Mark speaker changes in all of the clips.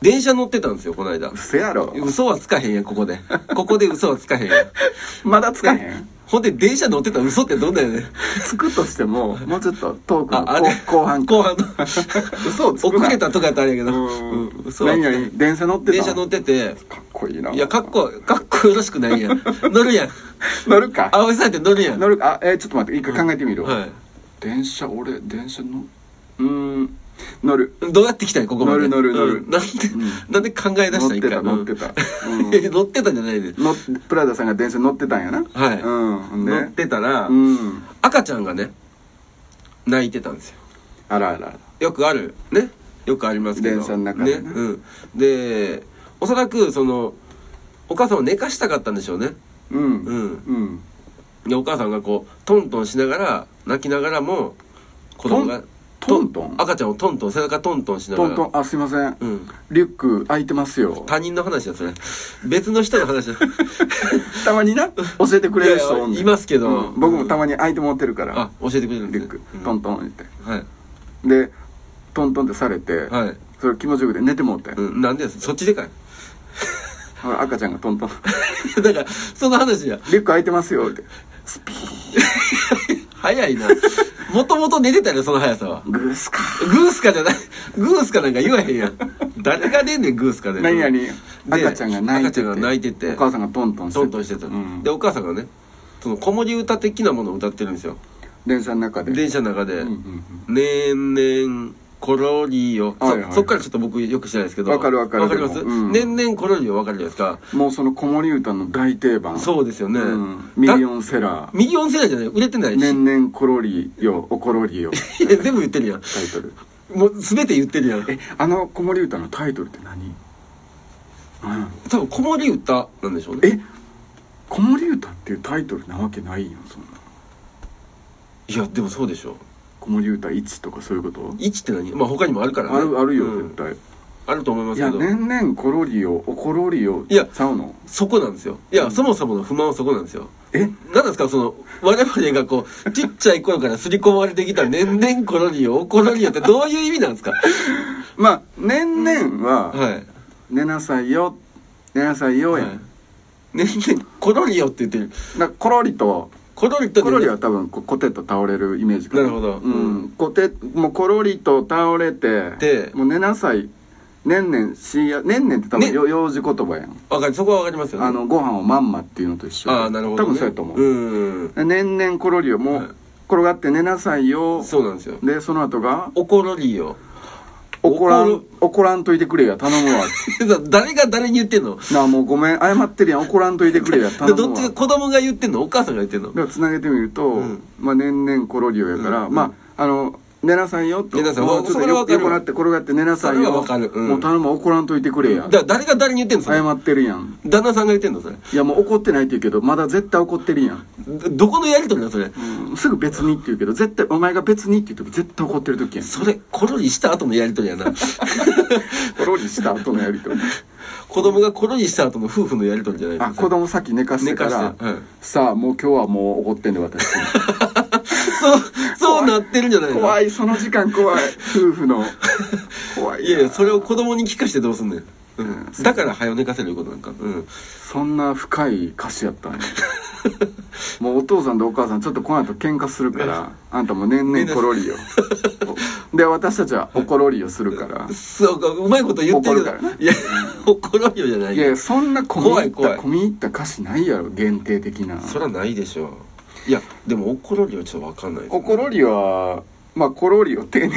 Speaker 1: 電車乗ってたんですよ、この間。
Speaker 2: 嘘やろ。
Speaker 1: 嘘はつかへんやん、ここで。ここで嘘はつかへんやん。
Speaker 2: まだつかへん。
Speaker 1: ほんで、電車乗ってたら嘘ってどんだよねん。
Speaker 2: つくとしても、もうちょっとトークの
Speaker 1: あ、あれ
Speaker 2: 後後半。
Speaker 1: 後半の。
Speaker 2: 嘘を つくな。
Speaker 1: 遅れたとかやったらあれやけど。
Speaker 2: うん
Speaker 1: うん嘘は
Speaker 2: 何
Speaker 1: つかへ
Speaker 2: 々
Speaker 1: ん。
Speaker 2: 電車乗ってた
Speaker 1: 電車乗ってて、
Speaker 2: かっこいいな。
Speaker 1: いや、かっこ、かっこよろしくないやん。乗るやん。
Speaker 2: 乗るか。
Speaker 1: 青井さんって乗るやん。
Speaker 2: 乗るか。あ、えー、ちょっと待って、一回考えてみるわ。
Speaker 1: は
Speaker 2: 電車、俺、電車の、うーん、乗る。
Speaker 1: い。どうやって来たんここまで。
Speaker 2: 乗る乗る乗る
Speaker 1: うんなんで、なんで考え出したん一回
Speaker 2: 乗ってた乗ってた
Speaker 1: うん
Speaker 2: うん
Speaker 1: いや乗ってたじゃないで。
Speaker 2: のプラダさんが電車乗ってたんやな。
Speaker 1: はい
Speaker 2: うん。ほんで
Speaker 1: 乗ってたら
Speaker 2: う、ん。
Speaker 1: 赤ちゃんがね、泣いてたんですよ。
Speaker 2: あらあらあら。
Speaker 1: よくあるねよくありますけど
Speaker 2: 電車の中でね
Speaker 1: ねうん、でおそらくそのお母さんを寝かしたかったんでしょうね
Speaker 2: うん。
Speaker 1: うん
Speaker 2: うん。
Speaker 1: でお母さんがこうトントンしながら泣きながらも子供が
Speaker 2: トントン
Speaker 1: 赤ちゃんをトントン背中トントンしなが
Speaker 2: ト
Speaker 1: ら
Speaker 2: ントン、あ、すいません。
Speaker 1: うん
Speaker 2: リュック開いてますよ。
Speaker 1: 他人の話だそれ別の人の 話だ
Speaker 2: たまにな、教えてくれる人おんねん
Speaker 1: いやいますけど
Speaker 2: うん僕もたまに開いて持ってるから。
Speaker 1: あ教えてくれるん
Speaker 2: リ
Speaker 1: ですね
Speaker 2: ュック
Speaker 1: うん、
Speaker 2: トントンって。
Speaker 1: はい
Speaker 2: で、トントンってされて、
Speaker 1: はい、
Speaker 2: それ気持ちよくて寝てもうて。
Speaker 1: うん、なんでそっちでかい
Speaker 2: ほら赤ちゃんがトントン。
Speaker 1: だからその話や
Speaker 2: リュック開いてますよって。
Speaker 1: 早いなもともと寝てたよその速さは
Speaker 2: グースか。
Speaker 1: グースカじゃない。グースカなんか言わへん やん。誰が出んねん、グースカで。
Speaker 2: 何々、
Speaker 1: で
Speaker 2: 赤ちゃんが泣いて
Speaker 1: 赤
Speaker 2: て。
Speaker 1: ちゃんが泣いてて
Speaker 2: お母さんがトントンして
Speaker 1: トントンしてた、
Speaker 2: うん
Speaker 1: で、お母さんがね、その子守歌的なものを歌ってるんですよ。
Speaker 2: 電車の中で。
Speaker 1: 電車の中で、
Speaker 2: うんうん
Speaker 1: ねんねん、ころりよ。そ、
Speaker 2: はいはい
Speaker 1: そっからちょっと僕よく知らないですけど。
Speaker 2: わかるわかる
Speaker 1: わかります、
Speaker 2: でもうん
Speaker 1: ねんねんころりよわかるじゃないですか。
Speaker 2: うんもうその子守歌の大定番。
Speaker 1: そうですよね。
Speaker 2: うんミリオ
Speaker 1: ン。
Speaker 2: ンセラー。
Speaker 1: ミリオン世代じゃない売れてないし。
Speaker 2: 年々コロリよ、おコロ リよ。
Speaker 1: いや全部言ってるやん。
Speaker 2: タイトル。
Speaker 1: もう全て言ってるやん。
Speaker 2: え、あの子守歌のタイトルって何うん
Speaker 1: 多分子守歌なんでしょうね。
Speaker 2: え子守歌っていうタイトルなわけないよそんない
Speaker 1: や、でもそうでしょう。
Speaker 2: 子守歌1とかそういうこと
Speaker 1: 1って何まあ他にもあるからね。
Speaker 2: あるあるよ、
Speaker 1: うん
Speaker 2: 絶対
Speaker 1: あると思いま
Speaker 2: い
Speaker 1: す
Speaker 2: や
Speaker 1: けど。
Speaker 2: 年々コロリよおコロリよ
Speaker 1: いや
Speaker 2: ちゃうの
Speaker 1: そこなんですよ。いや、そもそもの不満はそこなんですよ。
Speaker 2: え
Speaker 1: なんですか、その、我々がこ う、ちっちゃい頃から刷り込まれてきた年々コロリオ、おコロリオってどういう意味なんです か
Speaker 2: まあ年々は
Speaker 1: はい。
Speaker 2: 寝なさいよ寝なさいよやん、
Speaker 1: はい年々コロリオって言ってる。
Speaker 2: だからコロリと
Speaker 1: コロリと
Speaker 2: コロリは多分こコテと倒れるイメージか
Speaker 1: なるほど
Speaker 2: うん、コテもうコロリと倒れて
Speaker 1: で
Speaker 2: もう寝なさい年々しや年々って多分、
Speaker 1: ね
Speaker 2: よ幼児言葉やん
Speaker 1: わかる、そこはわかりますよね。
Speaker 2: あ、のご飯をまんまっていうのと一緒
Speaker 1: あーなるほど、ね。
Speaker 2: 多分そうやと思う、
Speaker 1: うん。
Speaker 2: 年々コロリをもう、
Speaker 1: はい
Speaker 2: 転がって寝なさいよ
Speaker 1: そうなんですよ。
Speaker 2: でその後が
Speaker 1: おコロリオ。
Speaker 2: 怒ら
Speaker 1: 怒
Speaker 2: ん怒らんといてくれや頼 むわ
Speaker 1: 誰が誰に言ってんの
Speaker 2: なあもうごめん謝ってるやん怒らんといてくれや
Speaker 1: で
Speaker 2: 頼
Speaker 1: ど
Speaker 2: む
Speaker 1: っ
Speaker 2: わ
Speaker 1: ちが、子供が言ってんのお母さんが言ってんの
Speaker 2: でつなげてみると、
Speaker 1: ん
Speaker 2: まあ、年々コロリオやから、
Speaker 1: うん
Speaker 2: まああの寝なさいよと
Speaker 1: 寝なさい
Speaker 2: もう
Speaker 1: わ
Speaker 2: ちょっ
Speaker 1: そ
Speaker 2: と
Speaker 1: れは
Speaker 2: よ
Speaker 1: わかる
Speaker 2: 横なって転がって寝なさい
Speaker 1: それは
Speaker 2: よ
Speaker 1: わかるうん
Speaker 2: もう頼むわ怒らんといてくれ
Speaker 1: だ
Speaker 2: や
Speaker 1: から誰が誰に言ってんのそれ
Speaker 2: 謝ってるやん
Speaker 1: 旦那さんが言ってんのそれ。
Speaker 2: いやもう怒ってないって言うけどまだ絶対怒ってるやん、
Speaker 1: どどこのやりとりなのそれ。
Speaker 2: うんすぐ別にって言うけど絶対お前が別にって言う時絶対怒ってる時やん
Speaker 1: それコロリした後のやりとりや な
Speaker 2: コロリした後のやり とり
Speaker 1: 子供がコロリした後の夫婦のやりとりじゃない
Speaker 2: あ
Speaker 1: です
Speaker 2: 子
Speaker 1: か
Speaker 2: 供さっき寝かしてから
Speaker 1: 寝かしてはい
Speaker 2: さあもう今日はもう怒ってんね私
Speaker 1: そうそうなってるんじゃないの
Speaker 2: 怖いその時間怖い夫婦 の怖いない
Speaker 1: やいやそれを子供に聞かしてどうすんねん、うん、だから早寝かせるいうことなんかうん
Speaker 2: そんな深い歌詞やったんやもうお父さんとお母さんちょっとこの後喧嘩するからあんたもう年々コロリよで私たちはおコロリよするから
Speaker 1: そうかうまいこと言ってる
Speaker 2: 怒るからね
Speaker 1: いや怒るよじゃない
Speaker 2: いやいやそんな込み
Speaker 1: 怖
Speaker 2: 入
Speaker 1: い
Speaker 2: っ
Speaker 1: 怖い
Speaker 2: た込み入った歌詞ないやろ限定的な
Speaker 1: そらないでしょういやでも怒るよちょっとわかんないですね
Speaker 2: おコロリはまあコロリを丁寧に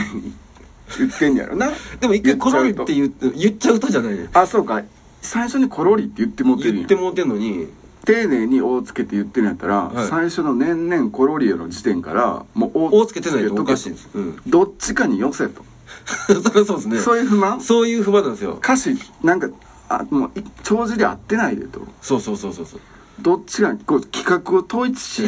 Speaker 2: 言ってんやろな
Speaker 1: でも一回コロリっ
Speaker 2: 言っちゃうと
Speaker 1: て言って言っちゃうとじゃないね
Speaker 2: あそうか最初にコロリって言ってもうてるん
Speaker 1: 言
Speaker 2: や
Speaker 1: ってもうてんのに
Speaker 2: 丁寧に「お」をつけて言ってるんやったら、
Speaker 1: はい
Speaker 2: 最初の「年々コロリエ」の時点からもう
Speaker 1: 「
Speaker 2: 「
Speaker 1: お」つけてないとおかしいん
Speaker 2: と
Speaker 1: ですうん
Speaker 2: どっちかに寄せと、
Speaker 1: そりゃそうですね
Speaker 2: そういう不満
Speaker 1: そういう不満なんですよ
Speaker 2: 歌詞なんかあもうい帳尻合ってないでと
Speaker 1: そうそうそうそうそう
Speaker 2: どっちがこう企画を統一しい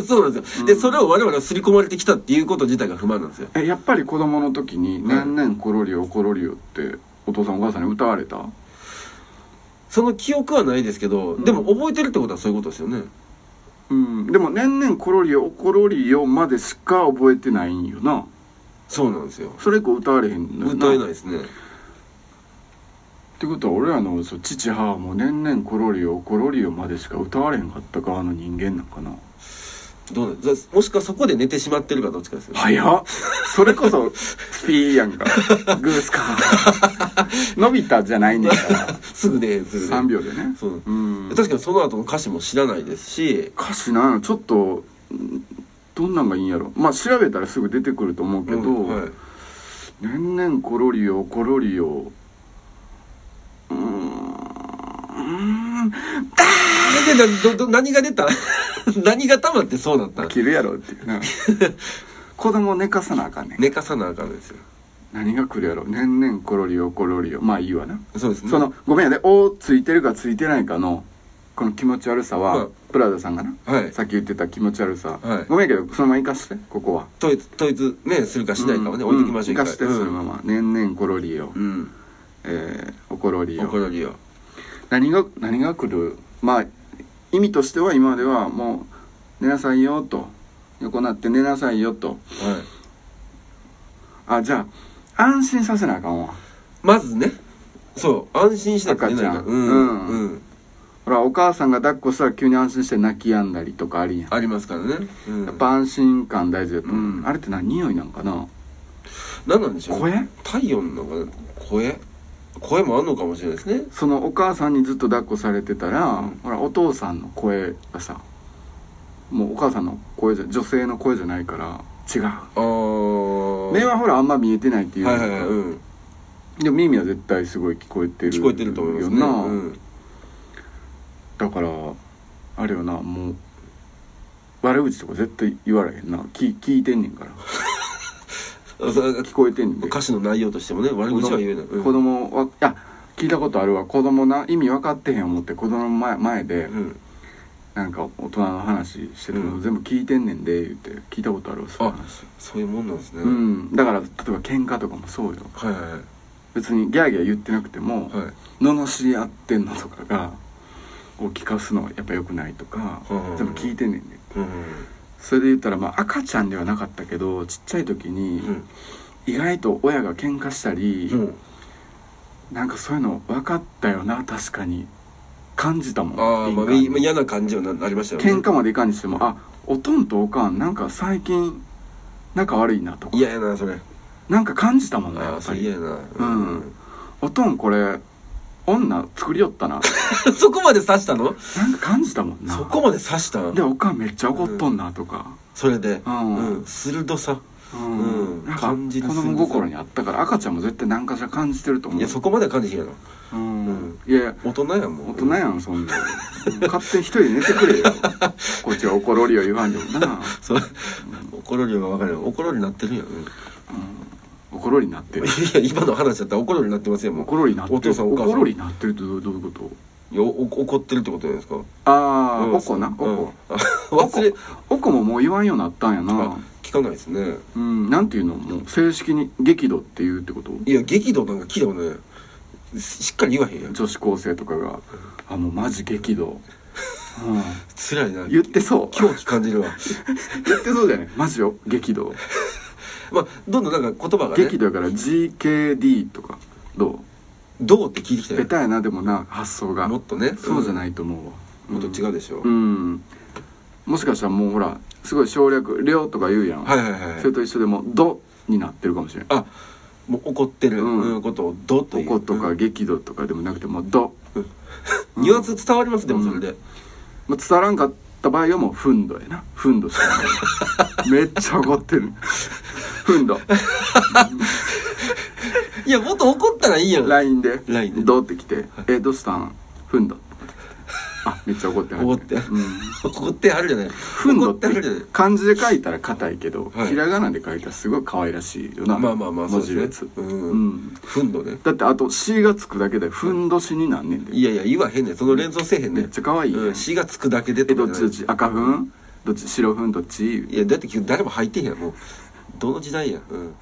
Speaker 1: そうなんですよ。で、それを我々は刷り込まれてきたっていうこと自体が不満なんですよ。
Speaker 2: えやっぱり子供の時に「
Speaker 1: ん
Speaker 2: 年々コロリオコロリオ」ってお父さんお母さんに歌われた
Speaker 1: その記憶はないですけど、でも覚えてるってことはそういうことですよね。
Speaker 2: うんでも「年々コロリオコロリオ」までしか覚えてないんよな
Speaker 1: そうなんですよ。
Speaker 2: それ以降歌われへんのよ
Speaker 1: 歌えないですね。
Speaker 2: ってことは俺らのそう父母も年々コロリオコロリオまでしか歌われへんかった側の人間なんかな
Speaker 1: どうなんもしくはそこで寝てしまってるかどっちかですよね
Speaker 2: 早っそれこそスピーやんかグースか伸びたじゃないねんから
Speaker 1: すぐねすぐね
Speaker 2: 3秒でね
Speaker 1: そう
Speaker 2: うん
Speaker 1: 確かにその後の歌詞も知らないですし
Speaker 2: 歌詞なんやろちょっとうんどんなんがいいんやろまあ調べたらすぐ出てくると思うけど、
Speaker 1: うんはい
Speaker 2: 年々コロリオコロリオうーん
Speaker 1: ででなどど何が出た 何が溜まってそうなった
Speaker 2: 切るやろってい うな子供寝かさなあかんねん
Speaker 1: 寝かさなあかんですよ
Speaker 2: 何が来るやろ年々コロリオコロリオまあいいわな
Speaker 1: そうですね
Speaker 2: そのごめんやで「お」ついてるかついてないかのこの気持ち悪さは、
Speaker 1: はい
Speaker 2: プラザさんがな、
Speaker 1: はい
Speaker 2: さっき言ってた気持ち悪さ、
Speaker 1: はい
Speaker 2: ごめんやけどそのまま生かしてここは
Speaker 1: 統一統一ねするかしないかはね、置いてきましょう
Speaker 2: 生かしてそのまま「年々コロリオ」
Speaker 1: うん、
Speaker 2: えーおコロリ
Speaker 1: うん、
Speaker 2: オ
Speaker 1: 怒られるよ
Speaker 2: 何が何が来るまあ意味としては今まではもう寝なさいよと横なって寝なさいよと
Speaker 1: はい
Speaker 2: あじゃあ安心させなあかんわ
Speaker 1: まずねそう安心しなきゃいけないから
Speaker 2: 赤ちゃん
Speaker 1: うん、
Speaker 2: う
Speaker 1: うんん
Speaker 2: ほらお母さんが抱っこしたら急に安心して泣き止んだりとかありやん
Speaker 1: ありますからね、うん、
Speaker 2: やっぱ安心感大事だと思う、
Speaker 1: うん
Speaker 2: あれって何匂いなんかな
Speaker 1: 何なんでしょう
Speaker 2: 声
Speaker 1: 体温のかな声声もあんのかもしれないですね
Speaker 2: そのお母さんにずっと抱っこされてたら、
Speaker 1: うん
Speaker 2: ほらお父さんの声がさもうお母さんの声じゃ女性の声じゃないから違う
Speaker 1: ああ
Speaker 2: 目はほらあんま見えてないっていう
Speaker 1: はいはいはい、うん、
Speaker 2: でも耳は絶対すごい聞こえてる
Speaker 1: 聞こえてると思いますね
Speaker 2: よな、
Speaker 1: うん、
Speaker 2: だからあれよなもう悪口とか絶対言われへんな聞聞いてんねんから
Speaker 1: あそう
Speaker 2: 聞こえてんねんで
Speaker 1: 歌詞の内容としてもね悪口は言えない、うん、
Speaker 2: 子供は、いや聞いたことあるわ子供な意味分かってへん思って子供の前前で、
Speaker 1: うん
Speaker 2: なんか大人の話してる
Speaker 1: う
Speaker 2: の
Speaker 1: ん
Speaker 2: 全部聞いてんねんで言って聞いたことあるわそういう
Speaker 1: あ
Speaker 2: 話
Speaker 1: そういうもんなんですね、
Speaker 2: う、んだから例えば喧嘩とかもそうよ
Speaker 1: はいはいは
Speaker 2: 別にギャーギャー言ってなくても、
Speaker 1: いはい
Speaker 2: 罵り合ってんのとかがを聞かすのはやっぱ良くないとか、
Speaker 1: うん
Speaker 2: 全部聞いてんねんで
Speaker 1: うん
Speaker 2: それで言ったらまあ赤ちゃんではなかったけどちっちゃい時に、
Speaker 1: うん
Speaker 2: 意外と親が喧嘩したり、
Speaker 1: うん
Speaker 2: なんかそういうの分かったよな確かに感じたもん
Speaker 1: ああまあ
Speaker 2: 敏感に
Speaker 1: 嫌な感じはななりましたよね
Speaker 2: 喧嘩までいかんにしてもあおとんとおかんなんか最近仲悪いなとか
Speaker 1: 嫌やなそれ
Speaker 2: なんか感じたもんね
Speaker 1: あ
Speaker 2: や
Speaker 1: あ
Speaker 2: っぱ
Speaker 1: それ嫌
Speaker 2: り
Speaker 1: やな
Speaker 2: うんおとんこれ女作りよったな
Speaker 1: そこまで刺したの
Speaker 2: なんか感じたもんな
Speaker 1: そこまで刺したん
Speaker 2: でおかんめっちゃ怒っとんなとか、
Speaker 1: それで、
Speaker 2: うん
Speaker 1: 鋭さ
Speaker 2: うん
Speaker 1: うん
Speaker 2: なんか
Speaker 1: 感じる
Speaker 2: 子供心にあったから赤ちゃんも絶対何かしら感じてると思う
Speaker 1: いやそこまでは感じひんやろ
Speaker 2: うん
Speaker 1: うん
Speaker 2: いやいや
Speaker 1: 大人やもん
Speaker 2: 大人やんそんな勝手に一人で寝て くれよこっちは怒ろりよ言わんでもな
Speaker 1: そう怒る量が分かるよ怒るになってるやんうん
Speaker 2: 怒ろりになってる
Speaker 1: いや今の話だったら怒るになってますよもう
Speaker 2: 怒ろりになってる
Speaker 1: お父さんお母さん
Speaker 2: 怒ろりになってるってどうどういうこと
Speaker 1: いやお怒ってるってことじゃないですか
Speaker 2: ああ、
Speaker 1: うん
Speaker 2: おこなおこ、
Speaker 1: うん忘れ
Speaker 2: おこももう言わんようになったんやな
Speaker 1: あ聞かないですね
Speaker 2: うんなんていうのもう正式に激怒っていうってこと
Speaker 1: いや激怒なんか聞いたことないしっかり言わへんやん
Speaker 2: 女子高生とかが「あもうマジ激怒」う、
Speaker 1: 辛いなん
Speaker 2: 言ってそう
Speaker 1: 狂気感じるわ
Speaker 2: 言ってそうじゃないマジよ激怒
Speaker 1: まあどんどんなんか言葉がね
Speaker 2: 激怒やから GKD とかど
Speaker 1: どうって聞いてきた
Speaker 2: う
Speaker 1: よ
Speaker 2: ベタやなでもな発想が
Speaker 1: もっとね、
Speaker 2: そうじゃないいと思うわ、
Speaker 1: もっと違うでしょ、
Speaker 2: うん、もしかしたらもうほらすごい省略「量」とか言うやん、
Speaker 1: はいはいはいはい
Speaker 2: それと一緒でも「ド」になってるかもしれない
Speaker 1: あもう怒ってる
Speaker 2: うん
Speaker 1: うんことを「ど」という
Speaker 2: 怒とか激怒とかでもなくても「ド
Speaker 1: うんニュアンス伝わりますでもそれで、」
Speaker 2: まあ、伝わらんかった場合はもう「ふんど」やな「ふんど」しか ないめっちゃ怒ってる「ふんど
Speaker 1: いやもっと怒ったらいいや」ん
Speaker 2: LINE で
Speaker 1: LINE で
Speaker 2: ド」ってきて「えどうしたんふんど」あめっちゃ怒ってる
Speaker 1: 怒って
Speaker 2: うん
Speaker 1: 怒ってあるじゃない
Speaker 2: ふん
Speaker 1: 怒
Speaker 2: ど
Speaker 1: っ
Speaker 2: ってて
Speaker 1: あるじゃない
Speaker 2: 漢字で書いたら硬いけど、
Speaker 1: はい
Speaker 2: ひらがなで書いたらすごい可愛らしいよな
Speaker 1: まあまあまあそう
Speaker 2: 文
Speaker 1: で
Speaker 2: 字
Speaker 1: す
Speaker 2: の
Speaker 1: ね
Speaker 2: やつ、
Speaker 1: うん、
Speaker 2: うん
Speaker 1: ふんどね
Speaker 2: だってあと「し」がつくだけでふんどしになんねんで
Speaker 1: いやいや言わへんねんその連想せえへんねん
Speaker 2: めっちゃ可愛いやん
Speaker 1: うん、詩がつくだけで
Speaker 2: え
Speaker 1: と
Speaker 2: ど
Speaker 1: か
Speaker 2: っち
Speaker 1: じゃ
Speaker 2: ど
Speaker 1: な
Speaker 2: っ
Speaker 1: い
Speaker 2: ち赤ふんどっち白ふんどっち
Speaker 1: いやだって誰も入ってへんやんもうどの時代やんうん